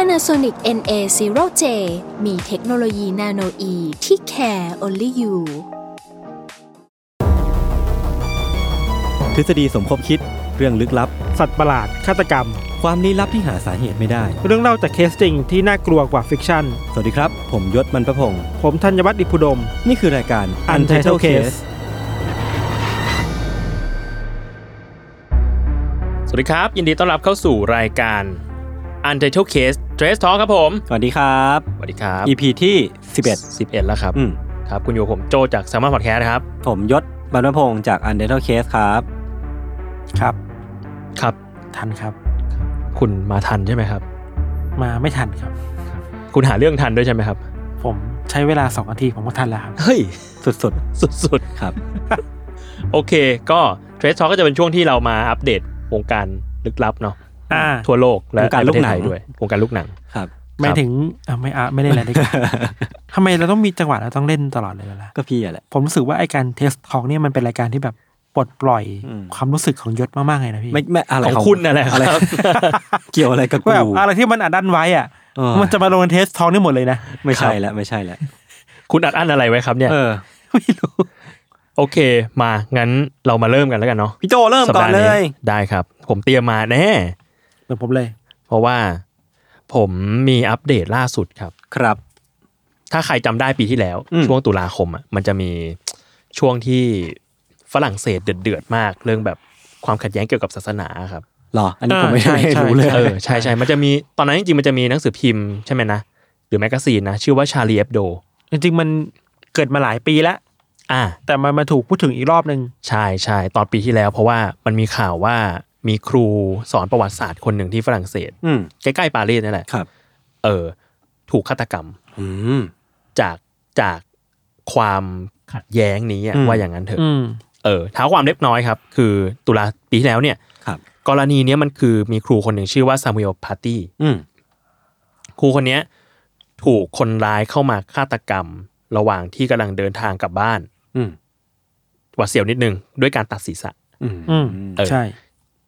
Panasonic NA0J มีเทคโนโลยีนาโนอีที่ care only you ทฤษฎีสมคบคิดเรื่องลึกลับ สัตว์ประหลาด ฆาตกรรม ความลี้ลับที่หาสาเหตุไม่ได้ เรื่องเล่าจากเคสจริงที่น่ากลัวกว่าฟิกชั่น สวัสดีครับ ผมยศมันประพงศ์ ผมธัญวัฒน์อิพุดม นี่คือรายการ Untitled Case สวัสดีครับ ยินดีต้อนรับเข้าสู่รายการ Untitled Case Trace Talk ครับผม สวัสดีครับ สวัสดีครับ EP ที่ 11 11 แล้วครับ 11 อืม ครับ คุณอยู่กับผมโจจาก s ซ m ม o n Podcast ครับ ผมยศมันประพงศ์จาก Untitled Case ครับ ครับ ครับ ทันครับ คุณมาทันใช่ไหมครับ มาไม่ทันครับ คุณหาเรื่องทันด้วยใช่ไหมครับ ผมใช้เวลาสองนาทีผมก็ทันแล้วครับ เฮ้ย สุด สุด ๆ ครับ ๆ โอเค ก็ Trace Talk ก็จะเป็นช่วงที่เรามาอัปเดตวงการลึกลับเนาะ อ่า ทั่วโลกและ วงการ ในประเทศไทย ลูกหนัง ด้วยวงการลูกหนัง ครับ ไม่ถึงอ่ะไม่อ่ะไม่ได้อะไรดีกว่า ทำไมเราต้องมีจังหวะเราต้องเล่นตลอดเลยล่ะ ก็พี่อะแหละ ผมรู้สึกว่าไอการเทสของเนี่ยมันเป็นรายการที่แบบปลดปล่อย อืม ความรู้สึกของยศมากๆเลยนะพี่ ไม่ไม่อะไร ของคุณนั่นแหละครัอบไร เกี่ยวอะไรกับ ว่าแบบ กู อะไรที่มันอัดดันไว้อ่ะ เออ มันจะมาลงในเทสทองนี่หมดเลยนะ ไม่ใช่แล้วไม่ใช่แล้ว คุณอัดอั้นอะไรไว้ครับเนี่ย เออ ไม่รู้ โอเค มางั้นเรามาเริ่มกันแล้วกันเนาะ พี่โจเริ่ม สัป ก่อ ดานห์ เล นี้ ย ได้ครับ ผมเตรียมมาแน่ เหมือนผมเลย เพราะว่าผมมีอัปเดตล่าสุดครับ ครับ ถ้าใครจำได้ปีที่แล้ว อืม ช่วงตุลาคมอ่ะมันจะมีช่วงที่ฝรั่งเศสเดือดๆมาก เรื่องแบบความขัดแย้งเกี่ยวกับศาสนาครับ หรอ อันนี้ อ่า ผมไม่ ใช่ ได้ ใช่ รู้เลย เออใช่ใช่มันจะมีตอนนั้นจริงๆมันจะมีหนังสือพิมพ์ใช่ไหมนะหรือแมกกาซีนนะ ชื่อว่าชาลีเอฟโด จริงๆมันเกิดมาหลายปีแล้ว อ่า แต่มันมาถูกพูดถึงอีกรอบหนึ่ง ใช่ใช่ตอนปีที่แล้ว เพราะว่ามันมีข่าวว่ามีครูสอนประวัติศาสตร์คนหนึ่งที่ฝรั่งเศส อืม ใกล้ๆปารีสนี่แหละ ครับ เออ ถูกฆาตกรรม อืม จากจากความขัดแย้งนี้อะ อืม ว่าอย่างนั้นเถอะ อืม เออเท้าความเล็กน้อยครับ คือตุลาปีที่แล้วเนี่ย ครับ กรณีเนี้ยมันคือมีครูคนหนึ่งชื่อว่าซามูเอลพาร์ตี้ อืม ครูคนเนี้ยถูกคนร้ายเข้ามาฆาตกรรม ระหว่างที่กำลังเดินทางกลับบ้าน อืม หวาดเสียวนิดนึง ด้วยการตัดศีรษะ อืม อืม เออ ใช่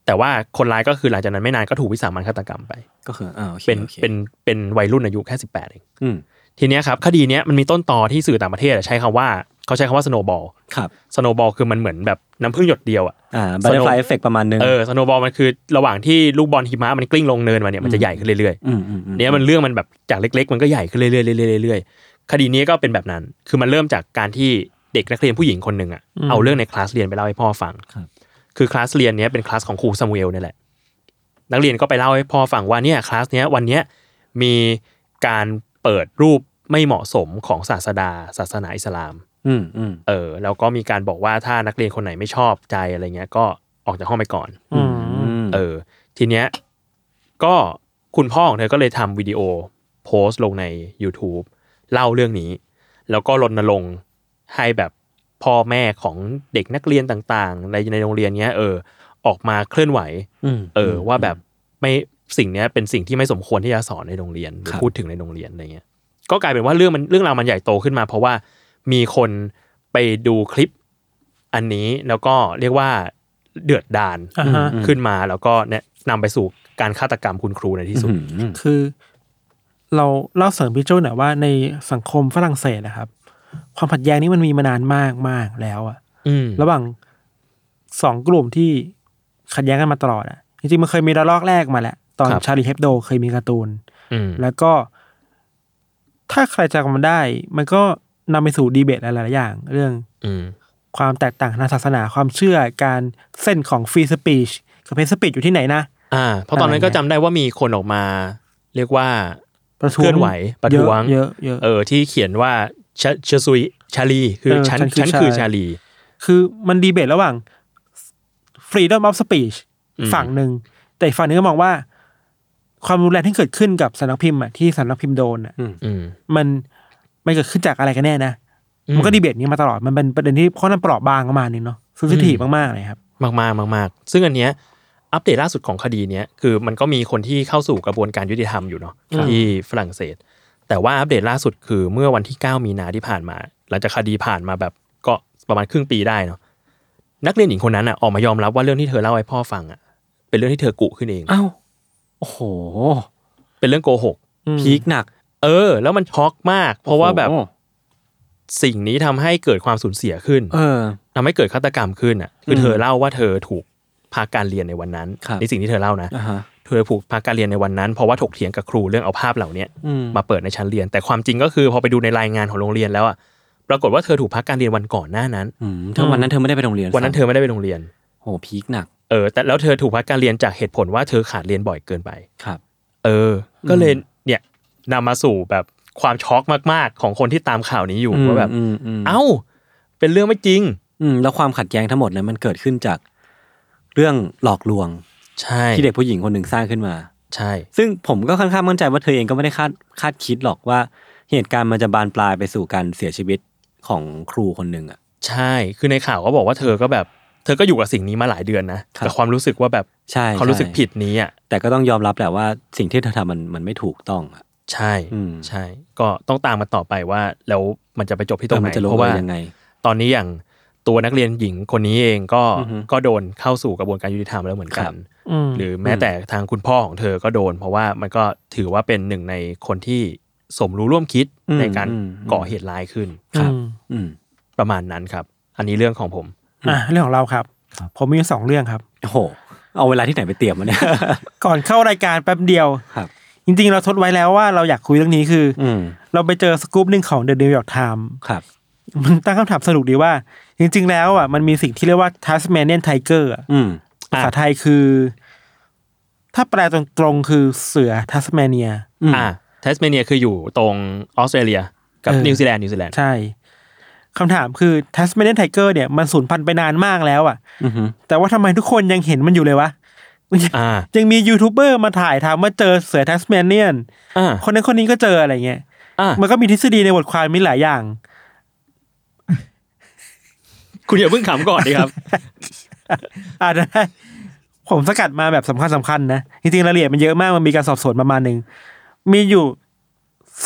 แต่ว่าคนร้ายก็คือหลังจากนั้นไม่นานก็ถูกวิสามันฆาตกรรมไป ก็คืออ่าโอเค เป็น โอค เป็นเป็นวัยรุ่นอายุแค่สิบแปดเอง อืม ทีเนี้ยครับคดีเนี้ยมันมีต้นตอที่สื่อต่างประเทศอะใช้คำว่าเขาใช้คำว่าสโนบอล ครับ สโนบอลคือมันเหมือนแบบน้ำพึ่งหยดเดียวอะ อ่าบัตเตอร์ฟลายเอฟเฟกประมาณนึง เออสโนว์บอลมันคือระหว่างที่ลูกบอลหิมะมันกลิ้งลงเนินมาเนี่ยมันจะใหญ่ขึ้นเรื่อย มอืมอื ๆเนี่ยมันเรื่องมันแบบจากเล็ก ๆ มันก็ใหญ่ขึ้นเรื่อยๆเรื่อยๆเรื่อยๆคดีนี้ก็เป็นแบบนั้น คือมันเริ่มจากการที่เด็กนักเรียนผู้หญิงคนหนึ่งอ่ะ อืม เอาเรื่องในคลาสเรียนไปเล่าให้พ่อฟัง คือคลาสเรียนเนี้ยเป็นคลาสของครูซามูเอลเนี่ยแหละ นักเรียนก็ไปเล่าให้พ่อฟังว่าเนี่ยคลาสเนี้ยวันเนี้ยมีการเปิดรูปไม่เหมาะสมของศาสดา ศาสนาอิสลาม อืมอืม เออแล้วก็มีการบอกว่าถ้านักเรียนคนไหนไม่ชอบใจอะไรเงี้ยก็ออกจากห้องไปก่อน อืม ม เออทีเนี้ยก็คุณพ่อของเธอก็เลยทำวิดีโอโพสต์ลงใน YouTube เล่าเรื่องนี้ แล้วก็รณรงค์ให้แบบพ่อแม่ของเด็กนักเรียนต่างๆ ในในโรงเรียนเนี้ยเออออกมาเคลื่อนไหว ม เอออว่าแบบไม่สิ่งเนี้ยเป็นสิ่งที่ไม่สมควรที่จะสอนในโรงเรียนหครือ รับ พูดถึงในโรงเรียนอะไรเงี้ยก็กลายเป็นว่าเรื่องมันเรื่องราวมันใหญ่โตขึ้นมา เพราะว่ามีคนไปดูคลิปอันนี้แล้วก็เรียกว่าเดือดดาน อ่าฮะ ขึ้นมาแล้วก็เนี่ยนำไปสู่การฆาตกรรมคุณครูในที่สุด อืม คือเราเล่าเสริมพี่โจหน่อยว่าในสังคมฝรั่งเศสนะครับ ความขัดแย้งนี้มันมีมานานมากมากแล้วอะ อืม ระหว่างสองกลุ่มที่ขัดแย้งกันมาตลอดอะจริงๆมันเคยมีระลอกแรกมาแล้ว ตอน ครับ ชาลีเฮปโดเคยมีการ์ตูน อืม แล้วก็ ถ้าใครจำมันได้ มันก็นำไปสู่ดีเบตหลายๆอย่าง เรื่อง อืม ความแตกต่างทางศาสนาความเชื่อการเส้นของฟรีสปีชกับเพนสปีชอยู่ที่ไหนนะ อ่าเพราะตอนนั้นก็จำได้ว่ามีคนออกมา เรียกว่า ประท้วง เคลื่อนไหวประท้วง เยอะเยอะเยอะ เออที่เขียนว่าชะชะซุยชาลีคือ เออ ฉัน ฉั ฉั น น คื คือ อชาลี คือมันดีเบตระหว่าง freedom of speech อืม ฝั่งหนึ่ง แต่อีกฝั่งหนึงก็มองว่า ความรุนแรงที่เกิดขึ้นกับสำนักพิมพ์อะที่สำนักพิมพ์โดนอะ อืม มันมันเกิดขึ้นจากอะไรกันแน่นะ อืม มันก็ดีเบตนี้มาตลอดมันเป็นประเด็นที่ค่อนข้างเปราะบางประมาณนึงเนาะซึ่งทีมากๆเลยครับ มากมากมากมากๆซึ่งอันเนี้ยอัปเดตล่าสุดของคดีเนี้ยคือมันก็มีคนที่เข้าสู่กระบวนการยุติธรรมอยู่เนาะ ครับ ที่ฝรั่งเศส แต่ว่าอัปเดตล่าสุดคือเมื่อวันที่ 9 มีนาที่ผ่านมา หลังจากคดีผ่านมาแบบก็ประมาณครึ่งปีได้เนาะนักเรียนหญิงคนนั้นอ่ะออกมายอมรับว่าเรื่องที่เธอเล่าให้พ่อฟังอ่ะเป็นเรื่องที่เธอกุขึ้นเอง อ้าวโอ้โห เป็นเรื่องโกหก พีคหนัก เออ แล้วมันช็อกมาก เพราะว่าแบบ โอ้โห สิ่งนี้ทำให้เกิดความสูญเสียขึ้น เออ ทำให้เกิดฆาตกรรมขึ้นอ่ะคืออ ม เธอเล่าว่าเธอถูกพาการเรียนในวันนั้น ครับ ในสิ่งที่เธอเล่านะ อ่าฮะ เธอถูกพาการเรียนในวันนั้นเพราะว่าถกเถียงกับครูเรื่องเอาภาพเหล่าเนี้ย อืม มาเปิดในชั้นเรียน แต่ความจริงก็คือพอไปดูในรายงานของโรงเรียนแล้วอ่ะปรากฏว่าเธอถูกพักการเรียนวันก่อนหน้านั้น อืมถ้าวันนั้นเธอไม่ได้ไปโรงเรียน วันนั้นเธอไม่ได้ไปโรงเรียน โอ้โหพีคหนัก เออแต่แล้วเธอถูกพักการเรียนจากเหตุผลว่าเธอขาดเรียนบ่อยเกินไป ครับ เออ ก็เลยเนี่ยนำมาสู่แบบความช็อกมากๆ ของคนที่ตามข่าวนี้อยู่ว่าแบบ อืมอืม เอ้า เป็นเรื่องไม่จริง อืมแล้วความขัดแย้งทั้งหมดนั้นมันเกิดขึ้นจาก เรื่องหลอกลวง ใช่ ที่เด็กผู้หญิงคนหนึ่งสร้างขึ้นมา ใช่ ซึ่งผมก็ค่อนข้างมั่นใจว่าเธอเองก็ไม่ได้คาดคาดคิดหรอกว่า เหตุการณ์มันจะบานปลายไปสู่การเสียชีวิตของครูคนหนึ่งอ่ะ ใช่ คือในข่าวก็บอกว่าเธอก็แบบ เธอก็อยู่กับสิ่งนี้มาหลายเดือนนะครับ กับความรู้สึกว่าแบบ ใช่ ความรู้สึก ใช่ ผิดนี้อ่ะ แต่ก็ต้องยอมรับแหละว่าสิ่งที่เธอทำมันมันไม่ถูกต้องอ่ะ ใช่ อืม ใช่ ก็ต้องตามมาต่อไปว่า แล้วมันจะไปจบที่ต เอ ร อง ไห มัน น จะลง เพราะ เอ ว่า อยังไง ตอนนี้อย่างตัวนักเรียนหญิงคนนี้เองก็ อือฮึ ก็โดนเข้าสู่กระบวนการยุติธรรมแล้วเหมือนกั ครั น บ อืม หรือแม้แต่ทางคุณพ่อของเธอก็โดน เพราะว่ามันก็ถือว่าเป็นหนึ่งในคนที่สมรู้ร่วมคิด อืม ในการ อืม ก่อเหตุร้ายขึ้น ครับ อืม อืม ประมาณนั้นครับ อันนี้เรื่องของผม อ่ะเรื่องของเราครับ ผมมีสองเรื่องครับ โอ้โห เอาเวลาที่ไหนไปเตรียมมันเนี่ย ก่อนเข้ารายการแป๊บเดียว ครับ จริงๆ เราทดไว้แล้วว่าเราอยากคุยเรื่องนี้คืออ อืม เราไปเจอสกู๊ปหนึ่งของ The New York Times ครับ มันตั้งคำถามสนุกดีว่า จริง ๆ แล้วอ่ะมันมีสิ่งที่เรียกว่า Tasmanian Tiger อะ อืม ภาษาไทยคือ ถ้าแปลตรงๆคือเสือทัสเมเนีย อืม อ่าเทสเมเนียคืออยู่ตรงออสเตรเลียกับ เออ นิวซีแลนด์นิวซีแลนด์ ใช่คำถามคือ Tasmanian Tiger เนี่ยมันสูญพันธุ์ไปนานมากแล้วอ่ะ อือหือ แต่ว่าทำไมทุกคนยังเห็นมันอยู่เลยวะ อ่า ยังมียูทูบเบอร์มาถ่ายทำว่าเจอเสือทัสเมเนียน อ่า คนนั้นคนนี้ก็เจออะไรเงี้ย อ่า มันก็มีทฤษฎีในบทความมีหลายอย่าง คุณอย่าเพิ่งขำก่อนดีครับ อาจจะได้ผมสกัดมาแบบสำคัญสำคัญนะ จริงๆรายละเอียดมันเยอะมากมันมีการสอบสวนประมาณหนึ่ง มีอยู่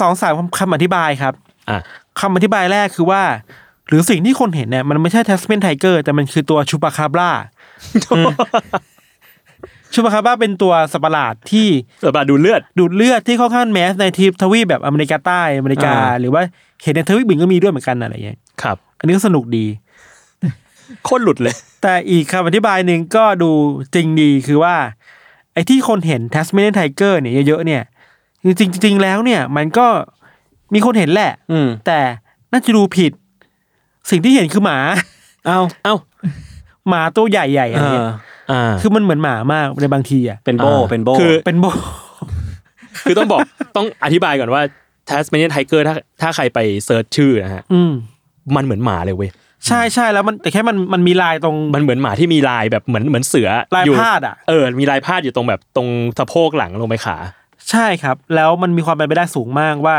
สองสามคำอธิบายครับ อ่า คำอธิบายแรกคือว่า หรือสิ่งที่คนเห็นเนี่ยมันไม่ใช่ทัสเมนไทเกอร์แต่มันคือตัวชูปาคา บราชูปาคาบราเป็นตัวสัตว์ประหลาดที่ สบาดูเลือด ดูดเลือดที่ค่อนข้างแมสในทีทวีปแบบอเมริกาใต้อเมริกา อ่า หรือว่าเห็นในทวีปอื่นก็มีด้วยเหมือนกันอะไรอย่างเงี้ย ครับ อันนี้ก็สนุกดี โคตรหลุดเลย แต่อีกคำอธิบายหนึ่งก็ดูจริงดีคือว่า ไอ้ที่คนเห็นทัสเมเนียนไทเกอร์เนี่ยเยอะๆเนี่ยจริงๆจริงๆแล้วเนี่ย มันก็มีคนเห็นแหละ อืม แต่น่าจะดูผิด สิ่งที่เห็นคือหมา เอา เอ้า หมาตัวใหญ่ๆอะไรเงี้ย อ่า คือมันเหมือนหมามากในบางทีอ่ะ เป็นโบ อ่า เป็นโบ คือ เป็นโบ คือต้องบอก ต้องอธิบายก่อนว่า Tasmanian Tiger ถ้าถ้าใครไปเซิร์ชชื่อนะฮะ อืม มันเหมือนหมาเลยเว้ย ใช่ใช่แล้วมันแต่แค่มันมันมีลายตรง มันเหมือนหมาที่มีลายแบบเหมือนเหมือนเสือ ลาย อ พาดอ่ะ เออ มีลายพาดอยู่ตรงแบบตรงสะโพกหลังลงไปขา ใช่ครับ แล้วมันมีความเป็นไปได้สูงมากว่า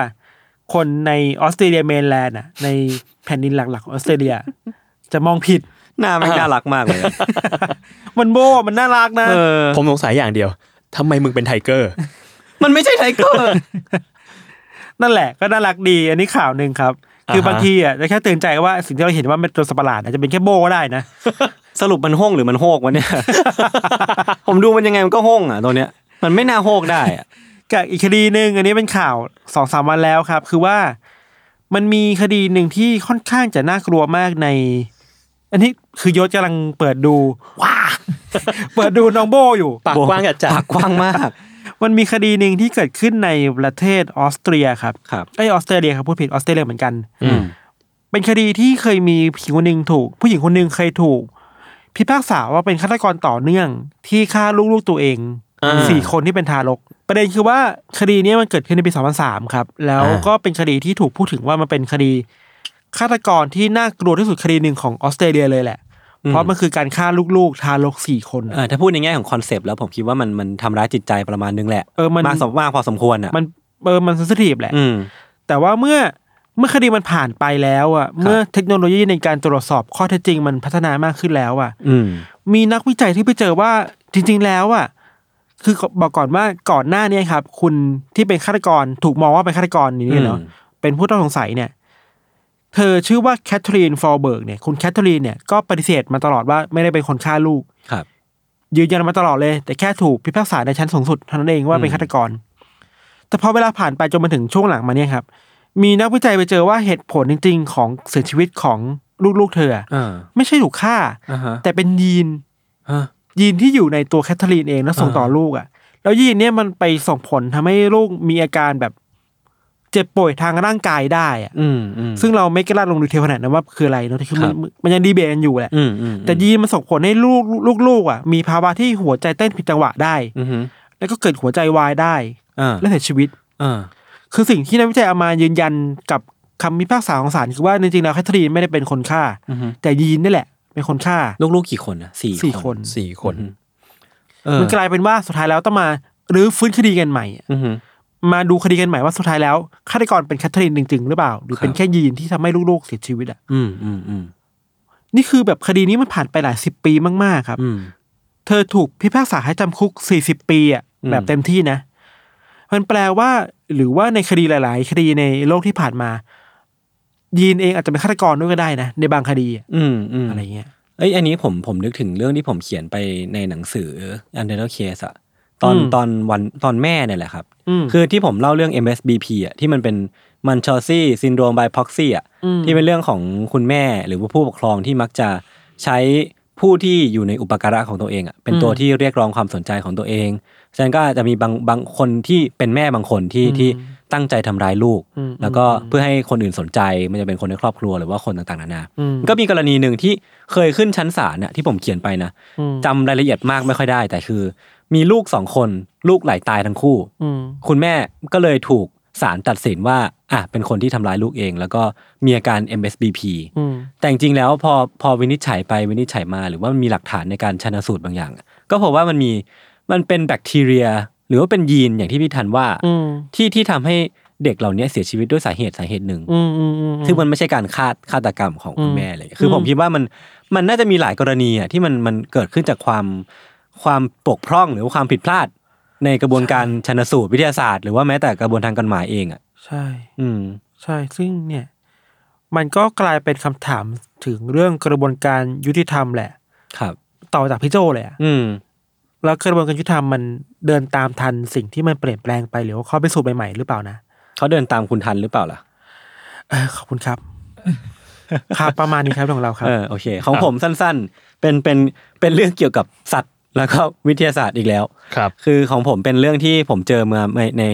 คนในออสเตรเลียเมนแลนด์อ่ะ ในแผ่นดินหลักๆของออสเตรเลีย จะมองผิด หน้าแม่งน่ารักมากเลยอะ มันโบ้มันน่ารักนะ เออ ผมสงสัยอย่างเดียว ทำไมมึงเป็นไทเกอร์ มันไม่ใช่ไทเกอร์ นั่นแหละก็น่ารักดี อันนี้ข่าวหนึ่งครับ คือ อ่าฮะ บางทีอ่ะจะแค่เตือนใจว่าสิ่งที่เราเห็นว่ามันเป็นตัวสัตว์ประหลาดอาจจะเป็นแค่โบ้ก็ได้นะ สรุปมันห้องหรือมันโฮกวะเนี่ย ผมดูมันยังไงมันก็ห้องอ่ะตัวเนี้ย มันไม่น่าโฮกได้อ่ะ กับอีกคดีหนึ่งอันนี้เป็นข่าวสองสามวันแล้วครับ คือว่ามันมีคดีหนึ่งที่ค่อนข้างจะน่ากลัวมากใน อันนี้คือยศกำลังเปิดดูว้า เปิดดูน้องโบอยู่ ปากกว้างจัด ปากกว้างมาก มันมีคดีหนึ่งที่เกิดขึ้นในประเทศออสเตรียครับ ครับ ไอยออสเตรเลียครับพูดผิดออสเตรเลียเหมือนกัน อืม เป็นคดีที่เคยมีผู้หญิงคนหนึ่งถูก ผู้หญิงคนหนึ่งเคยถูก พิพากษาว่าเป็นฆาตกรต่อเนื่องที่ฆ่าลูกๆตัวเอง อ่า สี่คนที่เป็นทารก ประเด็นคือว่าคดีเนี้ยมันเกิดขึ้นในปี 2003 ครับ แล้ว อ่า ก็เป็นคดีที่ถูกพูดถึงว่ามันเป็นคดีฆาตกรที่น่ากลัวที่สุดคดีหนึ่งของออสเตรเลียเลยแหละ เพราะมันคือการฆ่าลูกๆ ทารกสี่คน เออถ้าพูดในแง่ของคอนเซปต์แล้วผมคิดว่ามันมันทำร้ายจิตใจประมาณนึงแหละ เออมัน มากสมมากพอสมควรอ่ะ มันเออมันซนซิทีฟแหละ อืม แต่ว่าเมื่อเมื่อคดีมันผ่านไปแล้วอ่ะเมื่อเทคโนโลยีในการตรวจสอบข้อเท็จจริงมันพัฒนามากขึ้นแล้วอ่ะ อืม มีนักวิจัยที่ไปเจอว่าจริง ๆ แล้วอ่ะคือบอกก่อนว่าก่อนหน้าเนี้ครับ คุณที่เป็นฆาตกรถูกมองว่าเป็นฆาตกรอย่างนี้เนาะ อืม เป็นผู้ต้องสงสัยเนี่ย เธอชื่อว่าแคทเธอรีนฟอร์เบิร์กเนี่ยคุณแคทเธอรีนเนี่ยก็ปฏิเสธมาตลอดว่าไม่ได้เป็นคนฆ่าลูก ครับ ยืนยันมาตลอดเลย แต่แค่ถูกพิพากษาในชั้นสูงสุดเท่านั้นเองว่าเป็นฆาตกร แต่พอเวลาผ่านไปจนมาถึงช่วงหลังมาเนี่ยครับ มีนักวิจัยไปเจอว่าเหตุผลจริง ๆ ของเสียชีวิตของลูกๆเธออะ อ่า ไม่ใช่ถูกฆ่า อ่าฮะ แต่เป็นยีน ฮะ ยีนที่อยู่ในตัวแคทเธอรีนเองแล้วส่งต่อลูกอะ่ะ แล้วยีนเนี่ยมันไปส่งผลทำให้ลูกมีอาการแบบ เจ็บป่วยทางร่างกายได้อะ่ะ อืมอืม ซึ่งเราไม่กล้าลงดีเทลขนาดนั้นว่าคืออะไรเนอะคือมัน ครับ มันยังดีเบตกันอยู่แหละ อืมอืมอืม แต่ยีนมันส่งผลให้ลูกลูกลูกอ่ะมีภาวะที่หัวใจเต้นผิดจังหวะได้ อืมฮึ แล้วก็เกิดหัวใจวายได้ อ่า และเสียชีวิต อ่า คือสิ่งที่นักวิจัยเอามายืนยันกับคำพิพากษาของศาลคือว่าจริงๆแล้วแคทเธอรีนไม่ได้เป็นคนฆ่า อืมฮึ แต่ยีนนี่แหละ เป็นคนฆ่า ลูกๆกี่คนนะสี่ สี่คน สี่คน เออ มันกลายเป็นว่าสุดท้ายแล้วต้องมารื้อฟื้นคดีกันใหม่ อืมฮึ มาดูคดีกันใหม่ว่าสุดท้ายแล้วฆาตกรเป็นแคทเธอรีนจริง ๆ หรือเปล่า หรือเป็คนรับ แค่ยีนที่ทำให้ลูกๆเสียชีวิตอ่ะ อืมอืมอืม นี่คือแบบคดีนี้มันผ่านไปหลายสิบปีมากๆครับ อืม เธอถูกพิพากษาให้จำคุกสี่สิบปีอ่ะ อืม แบบเต็มที่นะ มันแปลว่า หรือว่าในคดีหลาย ๆ คดีในโลกที่ผ่านมา ยีนเองอาจจะเป็นฆาตกรด้วยก็ได้นะ ในบางคดีอะ อืมอืม อะไรเงี้ย เอ้ยอันนี้ผมผมนึกถึงเรื่องที่ผมเขียนไปในหนังสือ u n d e r Case อะตอน อืม ตอนวันตอนแม่เนี่ยแหละครับ อืม คือที่ผมเล่าเรื่อง MSBP อ่ะที่มันเป็นมันชอซี่ซินโดรมบายพ็อกซี่อ่ะ อืม ที่เป็นเรื่องของคุณแม่หรือว่าผู้ปกครองที่มักจะใช้ผู้ที่อยู่ในอุปการะของตัวเองอ่ะเป็นตัวที่เรียกร้องความสนใจของตัวเองฉะนั้นก็อาจจะมีบางบางคนที่เป็นแม่บางคนที่ที่ตั้งใจทำร้ายลูก แล้วก็เพื่อให้คนอื่นสนใจมันจะเป็นคนในครอบครัวหรือว่าคนต่างๆนานา อืม ก็มีกรณีหนึ่งที่เคยขึ้นชั้นศาลน่ะที่ผมเขียนไปนะ อืม จำรายละเอียดมากไม่ค่อยได้ แต่คือ มีลูกสองคนลูกไหลตายทั้งคู่ อืม คุณแม่ก็เลยถูกศาลตัดสินว่าอ่ะเป็นคนที่ทำร้ายลูกเอง แล้วก็มีอาการ MSBP อืม แต่จริงๆแล้วพอพอวินิจฉัยไปวินิจฉัยมา หรือว่ามันมีหลักฐานในการชันสูตรบางอย่าง ก็พบว่ามันมีมันเป็นแบคทีเรีย หรือว่าเป็นยีนอย่างที่พี่ทันว่า อืม ที่ที่ทำให้เด็กเหล่านี้เสียชีวิตด้วยสาเหตุสาเหตุหนึ่ง อืมอืมอืม ซึ่งมันไม่ใช่การฆาตฆาตกรรมของคุณ อืม แม่เลย คืออ ม ผมคิดว่ามันมันน่าจะมีหลายกรณีอ่ะที่มันมันเกิดขึ้นจากความความปกพร่องหรือว่าความผิดพลาด ในกระบวนการชนสูตรวิทยาศาสตร์ หรือว่าแม้แต่กระบวนทางกฎหมายเองอ่ะ ใช่ อืม ใช่ ซึ่งเนี่ย มันก็กลายเป็นคำถามถึงเรื่องกระบวนการยุติธรรมแหละ ครับ ต่อจากพี่โจเลยอะ อืม แล้วกระบวนการยุติธรรมมันเดินตามทันสิ่งที่มันเปลี่ยนแปลงไปหรือว่าข้อพิสูจน์ใหม่ๆหรือเปล่านะ เขาเดินตามคุณทันหรือเปล่าล่ะ เออขอบคุณ ครับ ครับประมาณนี้ครับของเราครับ เออโอเค ของผมสั้นๆ เป็นเป็นเป็นเรื่องเกี่ยวกับสัตว์ แล้วก็วิทยาศาสตร์อีกแล้ว ครับ คือของผมเป็นเรื่องที่ผมเจอมาในใน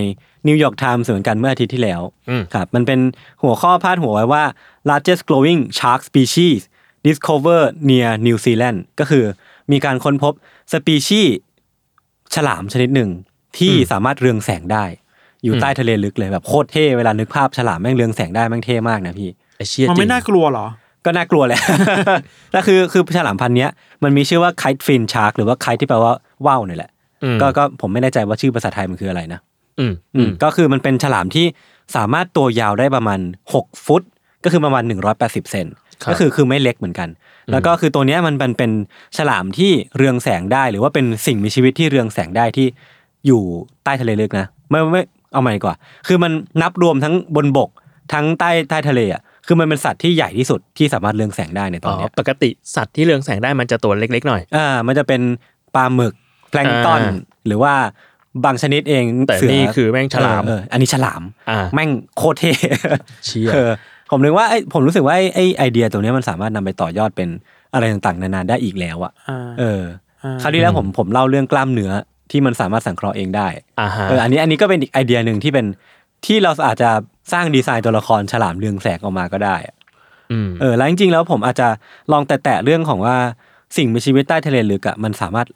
นิวยอร์กไทม์เหมือนกันเมื่ออาทิตย์ที่แล้ว อืม ครับ มันเป็นหัวข้อพาดหัวไว้ว่า largest glowing shark species discover near New Zealand ก็คือมีการค้นพบสปีชีส์ฉลามชนิดหนึ่งที่สามารถเรืองแสงได้ อยู่ใต้ทะเลลึกเลยแบบโคตรเท่เวลานึกภาพฉลามแม่งเรืองแสงได้แม่งเท่มากนะพี่ ไอเชีย มัน จริ ไม่ ง น่ากลัวเหรอ ก็น่ากลัวแหละ แล้วคือคือฉลามพันธุ์เนี้ยมันมีชื่อว่า kite fin shark หรือว่า kite ที่แปลว่าว่าวนี่แหละ อืม ก็ก็ผมไม่แน่ใจว่าชื่อภาษาไทยมันคืออะไรนะ อืม อืมก็คือมันเป็นฉลามที่สามารถตัวยาวได้ประมาณ 6 ฟุต ก็คือประมาณ 180 เซน รับ ก็คือคือไม่เล็กเหมือนกัน แล้วก็คือตัวเนี้ยมันเป็นเป็นฉลามที่เรืองแสงได้ หรือว่าเป็นสิ่งมีชีวิตที่เรืองแสงได้ที่อยู่ใต้ทะเลลึกนะไม่ไม่เอาใหม่ดีกว่า คือมันนับรวมทั้งบนบกทั้งใต้ใต้ทะเลอ่ะคือมันเป็นสัตว์ที่ใหญ่ที่สุดที่สามารถเรืองแสงได้ในต อ๋ อ อน เนี้ย ปกติสัตว์ที่เรืองแสงได้มันจะตัวเล็กๆหน่อย อ่ามันจะเป็นปลาหมึกแพลงก์ตอน อ่า หรือว่าบางชนิดเอง แต่ เสื นี่คือแม่งฉลาม เออเอออันนี้ฉลาม อ่า แม่งโคตรเท่ เชี่ย เออผมนึกว่าไอ้ยผมรู้สึกว่าไอ้ไอ้ไอเดียตัวเนี้ยมันสามารถนำไปต่อยอดเป็นอะไรต่างๆ นานาได้อีกแล้วอะ อ่า เอออา คราวที่แล้วผมผมเล่าเรื่องกล้ามเนื้อที่มันสามารถสังเคราะห์เองได้ อ่าฮะ เอออันนี้อันนี้ก็เป็นอีกไอเดียหนึ่งที่เป็นที่เราอาจจะสร้างดีไซน์ตัวละครฉลามเรืองแสงออกมาก็ได้อะ ม เออแล้วจริงๆแล้วผมอาจจะลองแตะๆเรื่องของว่าสิ่งมีชีวิตใต้ทะเลลึกอะมันสามารถ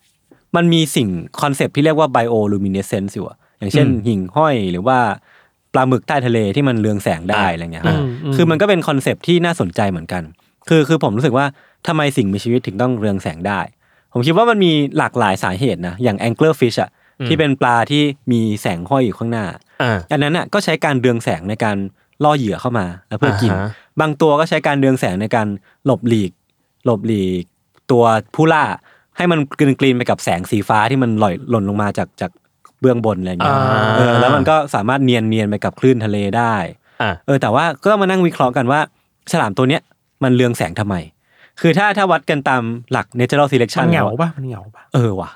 มันมีสิ่งคอนเซปต์ที่เรียกว่าไบโอลูมิเนเซนซ์อยู่อะอย่างเช่น หิ่งห้อยหรือว่าปลาหมึกใต้ทะเลที่มันเรืองแสงได้อะไรเงี้ยครับ อืมอืม คือมันก็เป็นคอนเซปต์ที่น่าสนใจเหมือนกัน คือคือผมรู้สึกว่า ทำไมสิ่งมีชีวิตถึงต้องเรืองแสงได้ ผมคิดว่ามันมีหลากหลายสาเหตุนะ อย่าง angler fish อะ อืม ที่เป็นปลาที่มีแสงห้อยอยู่ข้างหน้า อ่า อันนั้นน่ะก็ใช้การเรืองแสงในการล่อเหยื่อเข้ามาแล้วเพื่อกิน อ่าฮะ บางตัวก็ใช้การเรืองแสงในการหลบหลีก หลบหลีก ตัวผู้ล่า ให้มันกลืนกลืนไปกับแสงสีฟ้าที่มันหล่อยหล่นลงมาจากจากเบื้องบนอะไรอย่างเงี้ย อ่า เออแล้วมันก็สามารถเนียนเนียนไปกับคลื่นทะเลได้ อ่า เออแต่ว่าก็ต้องมานั่งวิเคราะห์กันว่า ฉลามตัวเนี้ยมันเรืองแสงทำไม คือถ้าถ้าวัดกันตามหลัก natural มั selection นเหงา แล้วอะ ป่ะมันเหงาป่ะ เออว่ะ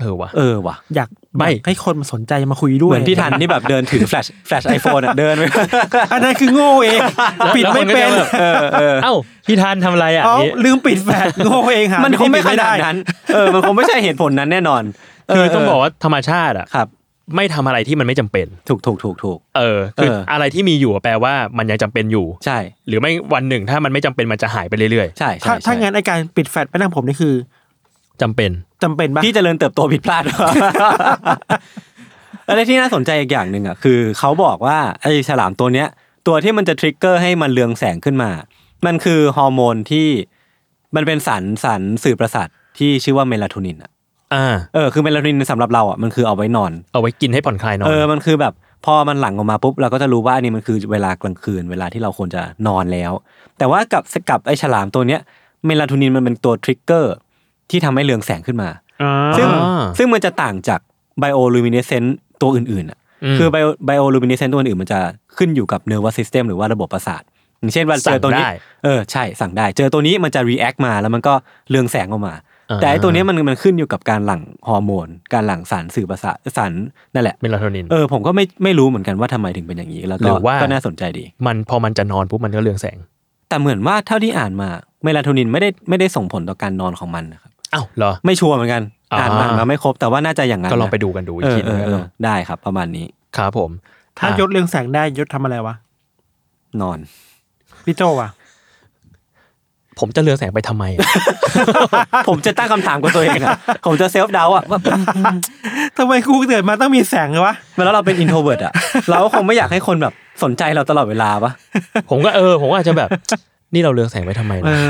เออว่ะ เออว่ะ อยาก ไม่ อยากให้คนมาสนใจมาคุยด้วย เหมือนที่ทันที่แบบเดินถือแฟลชแฟลชไอโฟนอ่ะเดินไป อันนั้นคือโง่เอง ปิดไม่เป็น เออเออ เอ้าพี่ทานทำอะไรอ่ะ เอา นี่ ลืมปิดแฟลชโง่เองหา มันคงไม่ ที่ปิ ขนาดนั้น เออมันคงไม่ใช่เหตุผลนั้นแน่นอนเ คือต้องบอกว่าธรรมชาติอ่ะ ครับ ไม่ทำอะไรที่มันไม่จำเป็น ถูกถูกถูกถูก เออคือ เอออ อะไรที่มีอยู่อะแปลว่ามันยังจำเป็นอยู่ ใช่ หรือไม่วันหนึ่งถ้ามันไม่จำเป็นมันจะหายไปเรื่อย ใช่ใช่ ถ้า ใช่ ถ้างั้นไอการปิดแฟลชไปนั่งผมนี่คือ ๆจำเป็น จำเป็นปะ ที่เจริญเติบโตผิดพลาด อะไรที่น่าสนใจอีกอย่างหนึ่งอ่ะคือเขาบอกว่าไอ้ฉลามตัวเนี้ย ตัวที่มันจะทริกเกอร์ให้มันเรืองแสงขึ้นมา มันคือฮอร์โมนที่มันเป็นสารสารสื่อประสาทที่ชื่อว่าเมลาโทนินอ่ะ อ่า เออคือเมลาโทนินสำหรับเราอ่ะมันคือเอาไว้นอน เอาไว้กินให้ผ่อนคลายนอ เออ น มันคือแบบพอมันหลังออกมาปุ๊บเราก็จะรู้ว่าอันนี้มันคือเวลากลางคืนเวลาที่เราควรจะนอนแล้ว แต่ว่ากับกับไอ้ฉลามตัวเนี้ยเมลาโทนินมันเป็นตัวทริกเกอร์ที่ทำให้เรืองแสงขึ้นมา ซึ่ง อ่า ซึ่งมันจะต่างจากไบโอลูมิเนเซนต์ตัวอื่นๆอ่ะ ม คือไบโอไบโอลูมิเนเซนต์ตัวอื่นๆมันจะขึ้นอยู่กับเนอร์วัสซิสเต็มหรือว่าระบบประสาท อย่างเช่นว่าเจอตัวนี้ สั่งได้ เออใช่สั่งได้ เจอตัวนี้มันจะรีแอคมาแล้วมันก็เรืองแสงออกมา อ่า แต่ไอ้ตัวเนี้ยมันมันขึ้นอยู่กับการหลั่งฮอร์โมน การหลั่งสารสื่อประสาทสารนั่นแหละ เมลาโทนิน เออผมก็ไม่ไม่รู้เหมือนกันว่าทำไมถึงเป็นอย่างนี้ แล้ว หรื ก็ อว่า ก็น่าสนใจดี มันพอมันจะนอนปุ๊บมันก็เรืองแสง แต่เหมือนว่าเท่าที่อ่านมาเมลาโทนินไม่ได้ไม่ได้ส่งผลต่อการนอนของมันนะครับ อ้าวเหรอ ไม่ชัวร์เหมือนกัน อ่า อ่านอ่านมาไม่ครบแต่ว่าน่าจะอย่างนั้น ก็ลองไป นะ ดูกันดูอี เอก อ ทีห เอ นึง อ แล้ว เอ กั อน ได้ครับ ประมาณนี้ ครับผม ถ้า อ่ะ ยศเรืองแสงได้ยศทำอะไรวะ นอน พี่โจอะ ผมจะเรืองแสงไปทำไม อะ ผมจะตั้งคำถามกับตัวเองอะ ผมจะเซลฟ์เดาอะว่า ทำไมกูเกิดมาต้องมีแสงเลยวะ แล้วเราเป็นอินโทรเวิร์ดอะเราก็คงไม่อยากให้คนแบบสนใจเราตลอดเวลา ปะ ผมก็เออ ผมก็อาจจะแบบ นี่เราเรืองแสงไปทำไมนะ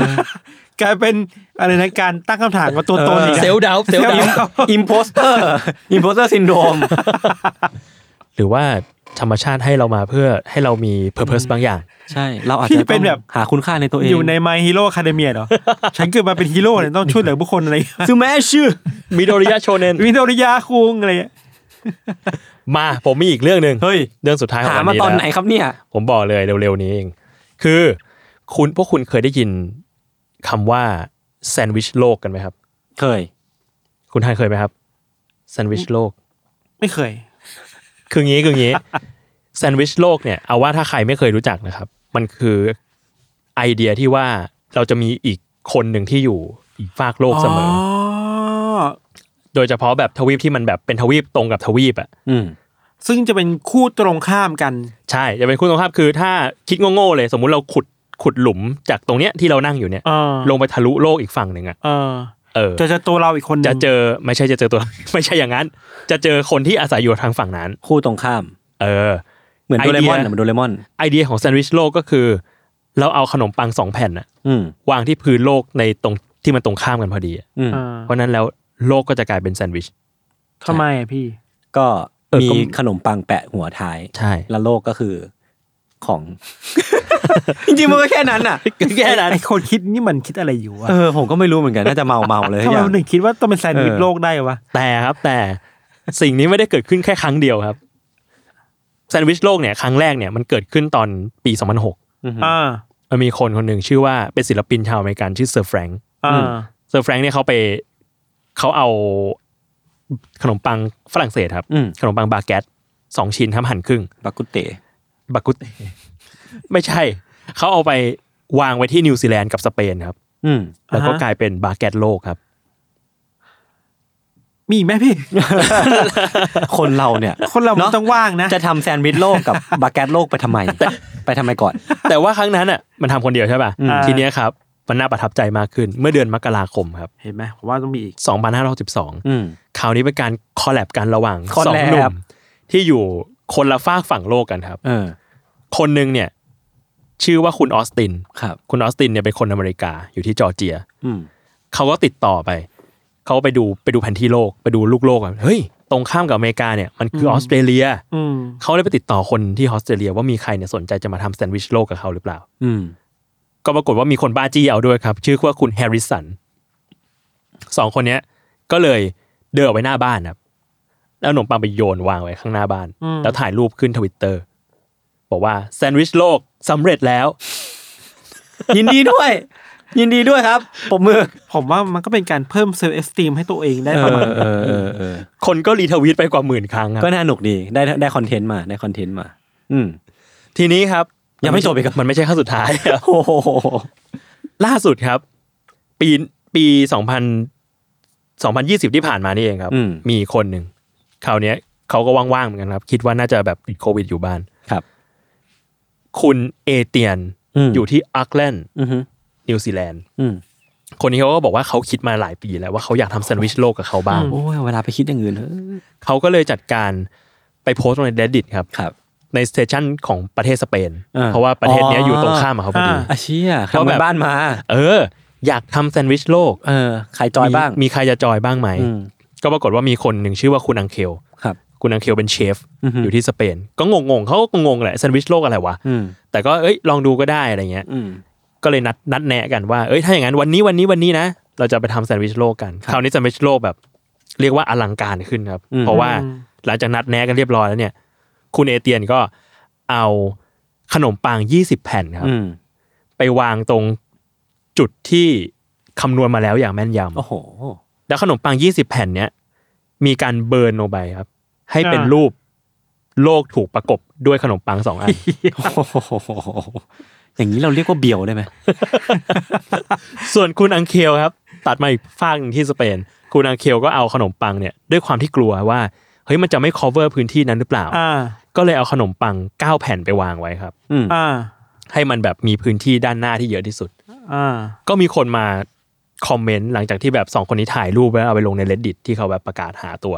กลายเป็นอะไรนะการตั้งคำถามกับตัวตนอีกอะ เซลล์ดาวน์เซลล์ดาวน์ อิมโพสเตอ ร์อิมโพสเตอร์ซินโดม หรือว่าธรรมชาติให้เรามาเพื่อให้เรามีเพอร์เพสบางอย่าง ใช่เราอาจ พี่ จะ เป็นแบบ หาคุณค่าในตัวเอง อยู่ใน My Hero Academia เหรอ ฉันเกิดมาเป็นฮีโร่เนี่ยต้องช่วยเหลือผู้คนอะไร ซูแมชื่อ มิโดริยะโชเนน วินโดริยาคุงอะไรเงี้ย มาผมมีอีกเรื่องหนึ่ง เฮ้ย เรื่องสุดท้ายของ หา วัน มา นี้ ตอนไหน แล้ว ครับเนี่ย ผมบอกเลยเร็วๆนี้เอง คือคุณพวกคุณเคยได้ยินคำว่าแซนด์วิชโลกกันไหมครับ เคย คุณทานเคยไหมครับแซนด์วิชโลก ไม่เคย คืองี้คืองี้ แซนด์วิชโลกเนี่ยเอาว่าถ้าใครไม่เคยรู้จักนะครับ มันคือไอเดียที่ว่าเราจะมีอีกคนหนึ่งที่อยู่อีกฝากโลกเสมออโดยเฉพาะแบบทวีปที่มันแบบเป็นทวีปตรงกับทวีปอ่ะ อืม ซึ่งจะเป็นคู่ตรงข้ามกัน ใช่จะเป็นคู่ตรงข้ามคือถ้าคิดโง่ๆเลย สมมุติเราขุดขุดหลุมจากตรงเนี้ยที่เรานั่งอยู่เนี่ย ลงไปทะลุโลกอีกฝั่งหนึ่งอ่ะ เออ เออ จะเจอตัวเราอีกคนหนึ่ง จะเจอไม่ใช่จะเจอตัว ไม่ใช่อย่างนั้น จะเจอคนที่อาศัยอยู่ทางฝั่งนั้น คู่ตรงข้าม เออ เหมือน ไอ โดเรเดีย มอนอะเหมือนโดเรมอน ไอเดียของแซนด์วิชโลกก็คือ เราเอาขนมปังสองแผ่นน่ะ อืม วางที่พื้นโลกในตรงที่มันตรงข้ามกันพอดีอะ อืม เออ เพราะนั้นแล้วโลกก็จะกลายเป็นแซนด์วิช ทำไมอะพี่ ก็ เออ มี ก็ ขนมปังแปะหัวท้าย ใช่ แล้วโลกก็คือของ จริงๆมันก็แค่นั้นอ่ะ แค่นั้น ไอคนคิดนี่มันคิดอะไรอยู่วะ เออผมก็ไม่รู้เหมือนกัน น่าจะเมาเมา ๆเลย ทำ ทุกอไมย่าง มันถึงคิดว่าต้องเป็นแซนด์วิช เออ โลกได้วะ แต่ครับแต่สิ่งนี้ไม่ได้เกิดขึ้นแค่ครั้งเดียวครับแซนด์วิชโลกเนี่ยครั้งแรกเนี่ยมันเกิดขึ้นตอนปี2006 อืม อ่า มันมีคนคนหนึ่งชื่อว่าเป็นศิลปินชาวอเมริกันชื่อเซอร์แฟรง อ่า อืม เซอร์แฟรงค์เนี่ยเขาไปเขาเอาขนมปังฝรั่งเศสครับ อืม ขนมปังบาแกตสองชิ้นทำหั่นครึ่ง บากุเตะ บากุตเต ไม่ใช่ เขาเอาไปวางไว้ที่นิวซีแลนด์กับสเปนครับ อืม แล้วก็ อ่าฮะ กลายเป็นบาแกตโลกครับ มีอีกไหมพี่ คนเราเนี่ย คนเรามั เน น อะ ต้องว่างนะ จะทำแซนด์วิชโลกกับบาแกตโลกไปทำ ไม ไปทำไมก่อน แต่ว่าครั้งนั้นอ่ะมันทำคนเดียวใช่ป่ะ อ่า ทีเนี้ยครับ มันน่าประทับใจมากขึ้น เมื่อเดือนมกราคมครับ เห็นไหมผมว่าต้องมีอีก 2512 อืม คราวนี้เป็นการคอลแลบกันระหว่าง คอล สอ แล ง บ หนุ่มที่อยู่คนละฝากฝั่งโลกกันครับ เออ คนหนึ่งเนี่ย ชื่อว่าคุณออสติน ครับ คุณออสตินเนี่ยเป็นคนอเมริกาอยู่ที่จอร์เจีย อืม เขาก็ติดต่อไป เขาไปดูไปดูแผนที่โลกไปดูลูกโลกอะเฮ้ย ตรงข้ามกับอเมริกาเนี่ยมันคือออสเตรเลีย อืม เขาเลยไปติดต่อคนที่ออสเตรเลียว่ามีใครเนี่ยสนใจจะมาทำแซนด์วิชโลกกับเขาหรือเปล่า อืม ก็ปรากฏว่ามีคนบ้าจี้เอาด้วยครับ ชื่อว่าคุณแฮร์ริสันสองคนเนี้ย ก็เลยเดินออกไปหน้าบ้านครับแล้วขนมปังไปโยนวางไว้ข้างหน้าบ้าน อืม แล้วถ่ายรูปขึ้นทวิตเตอร์บอกว่าแซนด์วิชโลกสำเร็จแล้ว ยินดีด้วย ยินดีด้วยครับผมมือ ผมว่ามันก็เป็นการเพิ่มเซลล์เอสติมให้ตัวเองได้ประมาณหนึ่ง คนก็รีทวีตไปกว่าหมื่นครั้งครับ ก็น่าหนุกดีได้ได้คอนเทนต์มาได้คอนเทนต์มา อืม ทีนี้ครับ ยังไม่จบอีกเหรอ มันไม่ใช่ขั้นสุดท้าย โอ้โห ล่าสุดครับ ปีปีสองพันสองพันยี่สิบที่ผ่านมานี่เองครับ อืม มีคนหนึ่งคราวเนี้ยเขาก็ว่างๆเหมือนกันครับ คิดว่าน่าจะแบบติดโควิดอยู่บ้าน ครับ คุณเอเตียน อืม อยู่ที่อักแลนด์ อือฮึ นิวซีแลนด์ อืม คนนี้เขาก็บอกว่าเขาคิดมาหลายปีแล้วว่าเขาอยากทำแซนด์วิชโลกกับเขาบ้าง โอ้ยเวลาไปคิดอย่างอื่นเถอะ เขาก็เลยจัดการไปโพสต์ลงใน reddit ครับ ครับ ในสเตชันของประเทศสเปน อ่า เพราะว่าประเทศเนี้ย อ๋อ อ อ ยู่ตรงข้ามกับเขาพอดี อาเชีย เพราะ ทำ แบบ แบบบ้านมา เออ อยากทำแซนด์วิชโลก เออขายจอย มี บ้าง มีใครจะจอยบ้างไหม อืม ก็ปรากฏว่ามีคนหนึ่งชื่อว่าคุณอังเคล ครับ คุณอังเคลเป็นเชฟ อือฮึ อยู่ที่สเปน ก็งงๆเขาก็งงแหละแซนด์วิชโลกอะไรวะ อืม แต่ก็เอ้ยลองดูก็ได้อะไรเงี้ย อืม ก็เลยนัดนัดแนะกันว่า เอ้ยถ้าอย่างนั้นวันนี้วันนี้วันนี้นะ เราจะไปทำแซนด์วิชโลกกัน คราวนี้แซนด์วิชโลกแบบ เรียกว่าอลังการขึ้นครับ อืม เพราะว่าหลังจากนัดแนะกันเรียบร้อยแล้วเนี่ย คุณเอเตียนก็เอาขนมปัง20 แผ่นครับ อืม ไปวางตรงจุดที่คำนวณมาแล้วอย่างแม่นยำ โอ้โห แล้วขนมปัง 20 แผ่นเนี้ยมีการเบิร์นลงไปครับ ให้เป็น อ่า รูปโลกถูกประกบด้วยขนมปังสอง อัน อย่างนี้เราเรียกว่าเบียวได้ไหม ส่วนคุณอังเคลครับ ตัดมาอีกฝากหนึ่งที่สเปน คุณอังเคลก็เอาขนมปังเนี่ยด้วยความที่กลัวว่า เฮ้ยมันจะไม่ cover พื้นที่นั้นหรือเปล่า อ่า ก็เลยเอาขนมปัง 9 แผ่นไปวางไว้ครับ อืม อ่า ให้มันแบบมีพื้นที่ด้านหน้าที่เยอะที่สุด อ่า ก็มีคนมาคอมเมนต์หลังจากที่แบบสองคนนี้ถ่ายรูปแล้วเอาไปลงใน reddit ที่เขาแบบประกาศหาตัว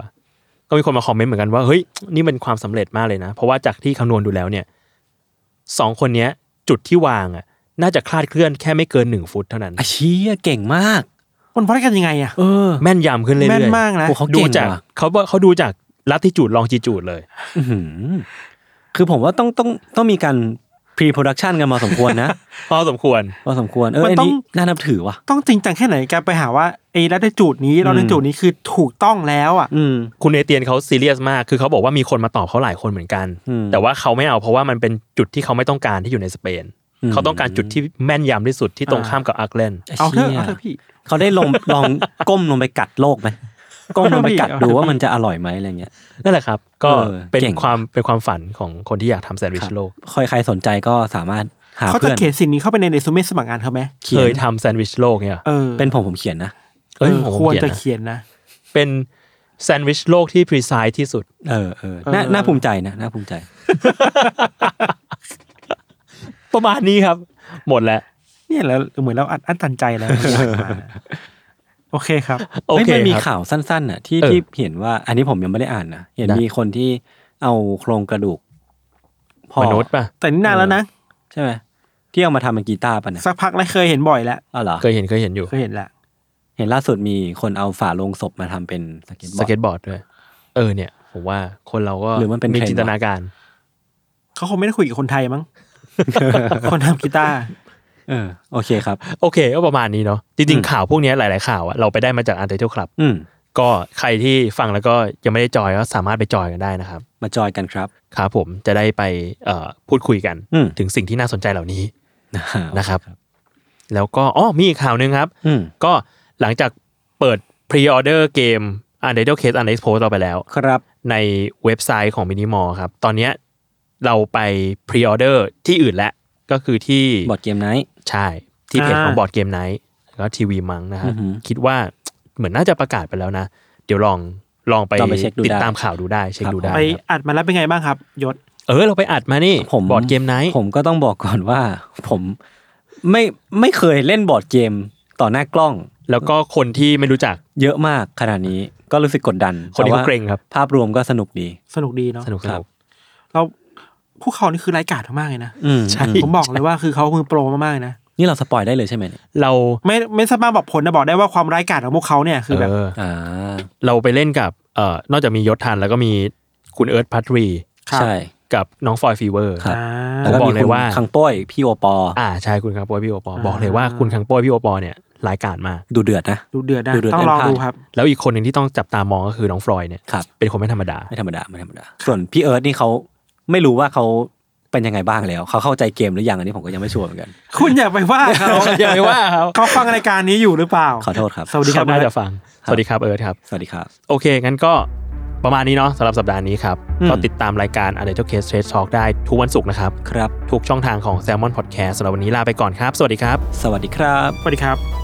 ก็มีคนมาคอมเมนต์เหมือนกันว่าเฮ้ยนี่มันความสำเร็จมากเลยนะ เพราะว่าจากที่คำนวณดูแล้วเนี่ยสองคนเนี้ย จุดที่วางอ่ะ น่าจะคลาดเคลื่อนแค่ไม่เกินหนึ่งฟุตเท่านั้น อาเชียเก่งมาก มันวัดกันยังไงอ่ะ เออ แม่นยำขึ้นเรื่อยๆ แม่นมากนะ โอ้เขา ดู เก่ง จาก ว่ะ เขาบอกเขาดูจากลัติจูดลองจีจูดเลย อื้อหือคือผมว่าต้องต้องต้องมีการพรีโปรดักชันกันมาสมควรนะ พอสมควร พอสมควรเออ มั อั น น ต้อง นี้น่านับถือว่ะ ต้องจริงจังแค่ไหนการไปหาว่าไอ้รัดจูดนี้เราในจูดนี้คือถูกต้องแล้วอ่ะ อืม คุณเอเตียนเขาซีเรียสมากคือเขาบอกว่ามีคนมาตอบเขาหลายคนเหมือนกัน อืม แต่ว่าเขาไม่เอาเพราะว่ามันเป็นจุดที่เขาไม่ต้องการที่อยู่ในสเปน อืม เขาต้องการจุดที่แม่นยำที่สุดที่ตรงข้ามกับอาร์กแลนด์ เอาเถอะ ชี่ย เอาเถอะพี่ เขาได้ลองลองก้มลงไปกัดโลกไหมก้มลงไปกัดดูว่ามันจะอร่อยไหมอะไรเงี้ย นั่นแหละครับ ก็ เออ เป็น เก่ง ความเป็นความฝันของคนที่อยากทำแซนด์วิ ค ช รับ โลก คอยใครสนใจก็สามารถหา เขา เพื่อจะน เขียนสิ่งนี้เข้าไปในเรซูเม่สมัครงานเขาไหม เคยทำแซนด์วิชโลกเนี่ย เออ เป็นผมผมเขียนนะ เอ เอ้ย อ ผม ควร เขียน จะ นะ เขียนนะ เป็นแซนด์วิชโลกที่พรีไซส์ที่สุด เออเออน่า เออ น่าภูมิใจนะน่าภูมิใจ ประมาณนี้ครับ หมดแล้ว เนี่ยแล้วเหมือนเราอัดอั้นตันใจแล้วอยากมาโอเคครับ โอเค เฮ้ยมันมี ครับ ข่าวสั้นๆน่ะที่ เออ ที่เห็นว่าอันนี้ผมยังไม่ได้อ่านนะเห็น ได้ มีคนที่เอาโครงกระดูกพ่อ มนุษย์ป่ะ แต่นี่นานแล้วนะ ใช่ไหมที่เอามาทำเป็นกีตาร์ป่ะเนี่ย สักพักแล้วเคยเห็นบ่อยแล้ว อ๋อเหรอ เคยเห็นเคยเห็นอยู่ เคยเห็นแล้ว เห็นล่าสุดมีคนเอาฝาโลงศพมาทำเป็นสเก็ตบ ส อร์ด เก็ตบอร์ดด้วยเออเนี่ย ผมว่าคนเราก็ หรือมันเป็น มี เทรนด์ จินตนาการ เขาคงไม่ได้คุยกับคนไทยมั้ง คนทำกีตาร์ เออโอเคครับ โอเคก็ประมาณนี้เนาะจริง อืม ๆข่าวพวกเนี้ยหลาย ๆ ข่าวอะเราไปได้มาจากอันเทอร์คลับ อืม ก็ใครที่ฟังแล้วก็ยังไม่ได้จอยก็สามารถไปจอยกันได้นะครับ มาจอยกันครับ ครับผมจะได้ไปเอ่อพูดคุยกัน อืม ถึงสิ่งที่น่าสนใจเหล่านี้ นะ นะครับ แล้วก็อ๋อมีอีกข่าวหนึ่งครับ อืม ก็หลังจากเปิดพรีออเดอร์เกม u n d e r t a l e Case u n d e x p o s e เราไปแล้ว ครับ ในเว็บไซต์ของ Minimal ครับ ตอนเนี้ยเราไปพรีออเดอร์ที่อื่นแล้ว ก็คือที่ บอร์ดเกมไนท์ ใช่ที่เพจของบอร์ดเกมไนท์แล้วก็ทีวีมังนะฮะ อือหือ คิดว่าเหมือนน่าจะประกาศไปแล้วนะ เดี๋ยวลองลองไป ลองไปเช็คดู ติด ได้ ตามข่าวดูได้เช็ค ครับ ดูได้ ไป ครับ อัดมาแล้วเป็นไงบ้างครับ ยศ เออ เราไปอัดมานี่ ผม บอร์ดเกมไนท์ ผมก็ต้องบอกก่อนว่า ผมไม่ไม่เคยเล่นบอร์ดเกมต่อหน้ากล้อง แล้วก็คนที่ไม่รู้จัก เยอะมากขนาดนี้ก็รู้สึกกดดัน คนแต่ที่เขา ว่า เกรงครับ ภาพรวมก็สนุกดี สนุกดีเนาะ สนุกส ครั นุ บ ก เรา พวกเขานี่คือไร้กาดมากๆเลยนะ อืม ใช่ อืม ผมบอกเลยว่าคือเขามือโปรมากๆเลยนะ นี่เราสปอยได้เลยใช่ไหมเนี่ย เรา ไม่ไม่สามารถบอกผลนะบอกได้ว่าความไร้กาดของพวกเขาเนี่ยคือแบบ เออ อ่า เราไปเล่นกับเอ่อนอกจากมียศทันแล้วก็มีคุณเอิร์ธพัทรี ใช่ กับน้องฟลอยฟีเวอร์ ครับ อ่า แล้วก็ ผมบ มี อกเลย คุณ ว่า คังโป้ยพี่โอปอ อ่าใช่คุณคังโป้ยพี่โอปอ อ่า บอกเลยว่าคุณคังโป้ยพี่โอปอเนี่ยรายการมาก ดูเดือดนะ ดูเดือดนะ ดูเดือด ต้องลอง แน่นอน ดูครับ แล้วอีกคนหนึ่งที่ต้องจับตามองก็คือน้องฟลอยเนี่ย ครับ เป็นคนไม่ธรรมดา ไม่ธรรมดาไม่ธรรมดา ส่วนพี่เอิร์ธนี่เขาไม่รู้ว่าเขาเป็นยังไงบ้างแล้ว เขาเข้าใจเกมหรือยังอันนี้ผมก็ยังไม่ชัวร์เหมือนกัน คุณอย่าไปว่าเขา อย่าไปว่าเขา เขาฟังรายการนี้อยู่หรือเปล่า ขอโทษครับ สวัสดีครับ เขาน่าจะฟัง สวัสดีครับเอิร์ธครับ สวัสดีครับ โอเค งั้นก็ประมาณนี้เนาะสำหรับสัปดาห์นี้ครับ อืม ก็ติดตามรายการ a n a l y t i c a s e Trade Talk ได้ทุกวันศุกร์นะครับ ครับ ทุกช่องทางของ Salmon Podcast สำหรับวันนี้ลาไปก่อนครับ สวัสดีครับ สวัสดีครับ สวัสดีครับ